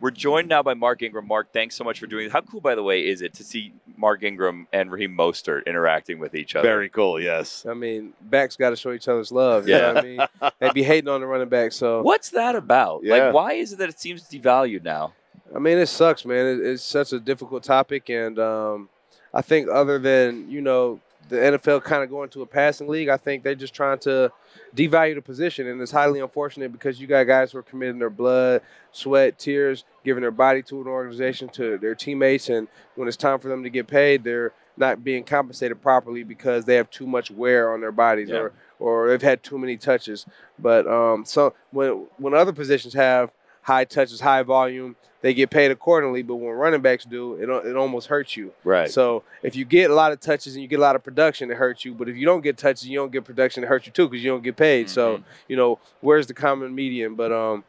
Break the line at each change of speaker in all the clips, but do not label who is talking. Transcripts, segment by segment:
We're joined now by Mark Ingram. Mark, thanks so much for doing this. How cool, by the way, is it to see Mark Ingram and Raheem Mostert interacting with each other?
Very cool. Yes.
I mean, backs got to show each other's love. You yeah. know what I mean? They'd be hating on the running back. So
What's that about?
Yeah.
Like, why is it that it seems devalued now?
I mean, it sucks, man. It, it's such a difficult topic, and um, I think other than you know the NFL kind of going to a passing league, I think they're just trying to devalue the position, and it's highly unfortunate because you got guys who are committing their blood, sweat, tears, giving their body to an organization, to their teammates, and when it's time for them to get paid, they're not being compensated properly because they have too much wear on their bodies
Yeah.
or or they've had too many touches. But um, so when when other positions have high touches, high volume, they get paid accordingly. But when running backs do, it al- it almost hurts you.
Right.
So if you get a lot of touches and you get a lot of production, it hurts you. But if you don't get touches, you don't get production, it hurts you too because you don't get paid. So you know where's the common medium? But um,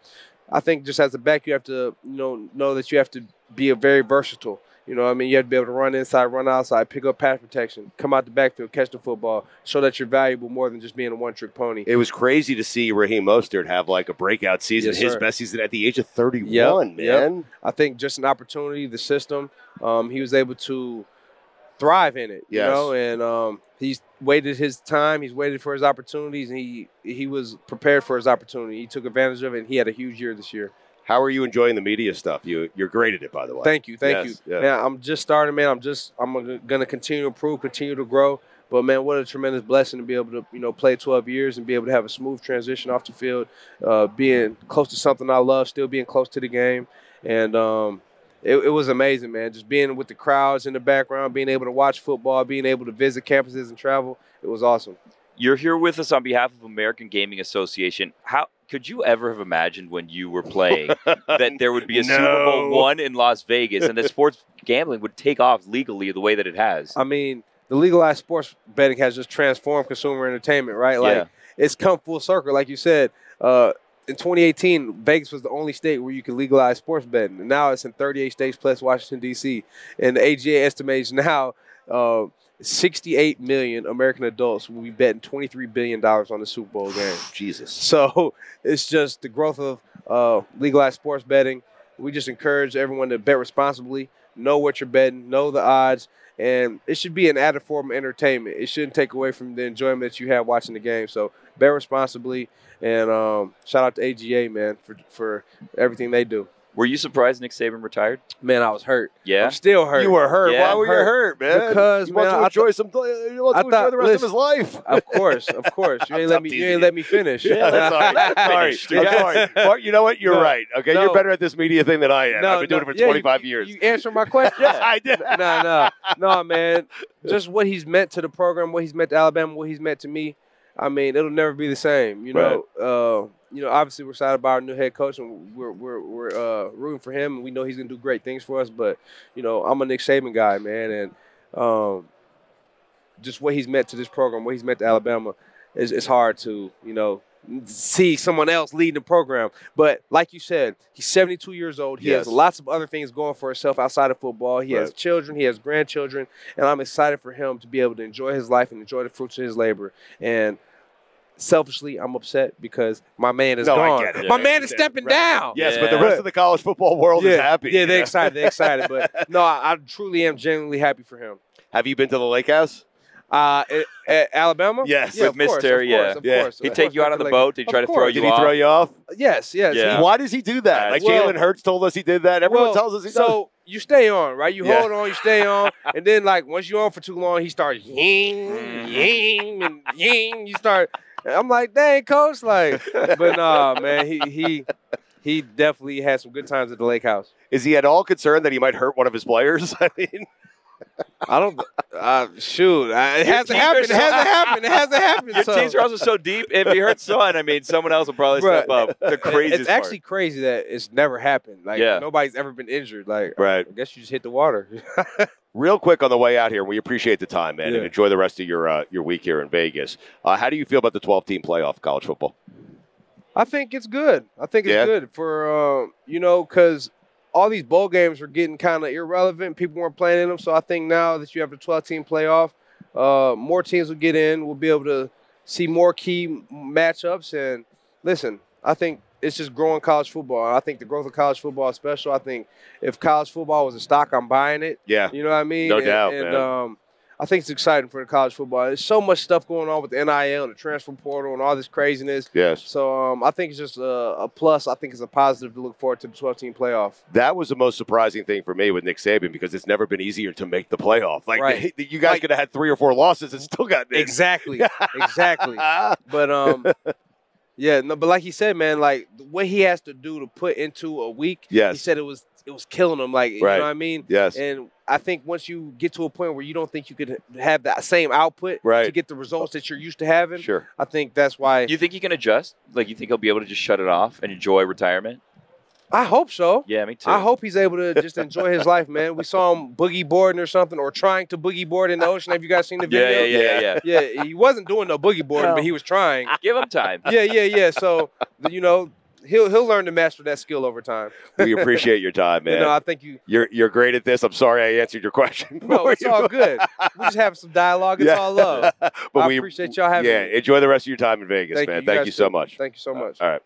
I think just as a back, you have to you know know that you have to be a very versatile. You know, what I mean, you have to be able to run inside, run outside, pick up pass protection, come out the backfield, catch the football, show that you're valuable more than just being a one-trick pony.
It was crazy to see Raheem Mostert have like a breakout season,
Yes,
his
sir.
best season at the age of 31,
Yep,
man.
I think just an opportunity, the system. Um, he was able to thrive in it, you
Yes.
know, and um, he's waited his time. He's waited for his opportunities, and he he was prepared for his opportunity. He took advantage of it, and he had a huge year this year.
How are you enjoying the media stuff? You you're great at it, by the way.
Thank you, thank
Yes,
you.
yeah.
Man, I'm just starting, man. I'm just I'm gonna- gonna continue to improve, continue to grow. But man, what a tremendous blessing to be able to you know play 12 years and be able to have a smooth transition off the field, uh, being close to something I love, still being close to the game, and um, it, it was amazing, man. Just being with the crowds in the background, being able to watch football, being able to visit campuses and travel, it was awesome.
You're here with us on behalf of American Gaming Association. How could you ever have imagined when you were playing that there would be a Super Bowl
No.
one in Las Vegas and that sports gambling would take off legally the way that it has?
I mean, the legalized sports betting has just transformed consumer entertainment, right? Like
Yeah.
it's come full circle. Like you said, uh, in 2018, Vegas was the only state where you could legalize sports betting. And now it's in 38 states plus Washington, D.C. And the AGA estimates now uh, 68 million American adults will be betting $23 billion on the Super Bowl game.
Jesus.
So it's just the growth of uh, legalized sports betting. We just encourage everyone to bet responsibly, know what you're betting, know the odds, and it should be an added form of entertainment. It shouldn't take away from the enjoyment that you have watching the game. So bet responsibly, and um, shout out to AGA man for for everything they do.
Were you surprised Nick Saban retired?
Man, I was hurt.
Yeah.
I'm still hurt.
You were hurt.
Yeah,
Why were you hurt, man?
Because,
you want
man,
to
I
enjoy some. You want
I
to enjoy
thought-
the rest
listen.
of his life.
Of course, of course. You ain't
I'm
let me. You
teasing
ain't
you.
let me finish.
Yeah, that's all right. I'm sorry.
Finished.
I'm sorry. Mark, you know what? You're
No.
right. Okay,
No.
you're better at this media thing than I am. I've been doing it for
yeah, you-
25
you-
years.
You answered my question.
I did.
no, no, no, man. Just what he's meant to the program, what he's meant to Alabama, what he's meant to me. I mean, it'll never be the same. You know, uh, you know. Obviously, we're excited about our new head coach, and we're we're we're uh, rooting for him, and we know he's gonna do great things for us. But you know, I'm a Nick Saban guy, man, and um, just what he's meant to this program, what he's meant to Alabama, is it's hard to you know see someone else leading the program. But like you said, he's 72 years old. He has
Yes.
lots of other things going for himself outside of football. He has
Right.
children, he has grandchildren, and I'm excited for him to be able to enjoy his life and enjoy the fruits of his labor. And selfishly, I'm upset because my man is
No, I
gone.
get it.
My
Yeah,
man
you
is
said it.
stepping
Right.
down.
Yes, but the
Yeah.
rest of the college football world
yeah.
is happy.
Yeah, they're excited. They're excited. But no, I, I truly am genuinely happy for him.
Have you been to the lake house?
Uh, at, at Alabama?
Yes.
Yeah,
With
of course,
Miss
of
Terry, yeah.
course, of
Yeah.
course,
He'd
of
take
course,
you out on the
Dr. Lake.
boat. He'd
Of
try to throw
course.
you
Did he
off.
throw you off?
Yes, yes.
Yeah.
He
Why does he do that? Like
Well-
Jalen Hurts told us he did that. Everyone
Well,
tells us he does.
so you stay on, right? You
Yeah.
hold on, you stay on, and then like once you're on for too long, he starts
Mm-hmm.
ying, ying, and ying. You start. and I'm like, dang, coach, like, but nah, man, he he he definitely had some good times at the lake house.
Is he at all concerned that he might hurt one of his players? I mean,
I don't, uh, shoot, I, it
Your
hasn't
teams are
happened. It
so-
hasn't happened. It hasn't happened.
Your
so.
teams are also so deep. If he hurts one, I mean, someone else will probably
Bruh,
step up. The craziest
It's actually crazy that it's never happened. Like
Yeah.
nobody's ever been injured. Like
right.
I guess you just hit the water.
Real quick on the way out here, we appreciate the time, man, and
Yeah.
enjoy the rest of your uh, your week here in Vegas. Uh, how do you feel about the 12 team playoff college football?
I think it's good. I think it's
Yeah.
good for um, you know because all these bowl games were getting kind of irrelevant. People weren't playing in them, so I think now that you have the 12 team playoff, uh, more teams will get in. We'll be able to see more key m- matchups. And listen, I think it's just growing college football. And I think the growth of college football is special. I think if college football was a stock, I'm buying it.
Yeah.
You know what I mean?
No
and,
doubt,
And
man.
um, I think it's exciting for the college football. There's so much stuff going on with the NIL and the transfer portal and all this craziness.
Yes.
So um, I think it's just a, a plus. I think it's a positive to look forward to the 12 team playoff.
That was the most surprising thing for me with Nick Saban because it's never been easier to make the playoff. Like
Right.
you guys
Like-
could have had three or four losses and still got Ah. in.
Exactly. exactly. But um, yeah, no. But like he said, man, like what he has to do to put into a week. He
Yes.
said it was it was killing him. Like you
Right.
know what I mean.
Yes.
And I think once you get to a point where you don't think you could have that same output to
Right.
get the results that you're used to having,
Sure.
I think that's why.
You think he can adjust? Like you think he'll be able to just shut it off and enjoy retirement?
I hope so.
Yeah, me too.
I hope he's able to just enjoy his life, man. We saw him boogie boarding or something, or trying to boogie board in the ocean. Have you guys seen the
Yeah, yeah,
video?
yeah, yeah. yeah.
yeah. he wasn't doing no boogie boarding,
No.
but he was trying.
Give him time.
yeah, yeah, yeah. So you know, he'll he'll learn to master that skill over time.
We appreciate your time, man.
You know, I think you.
you're you're great at this. I'm sorry I answered your question.
No,
for
it's
you.
all good. We're just having some dialogue. It's
Yeah.
all love.
but
I
we
appreciate y'all having
Yeah,
me.
enjoy the rest of your time in Vegas, man. Thank
guys
you so
too.
much. Uh,
Thank you so much.
All right.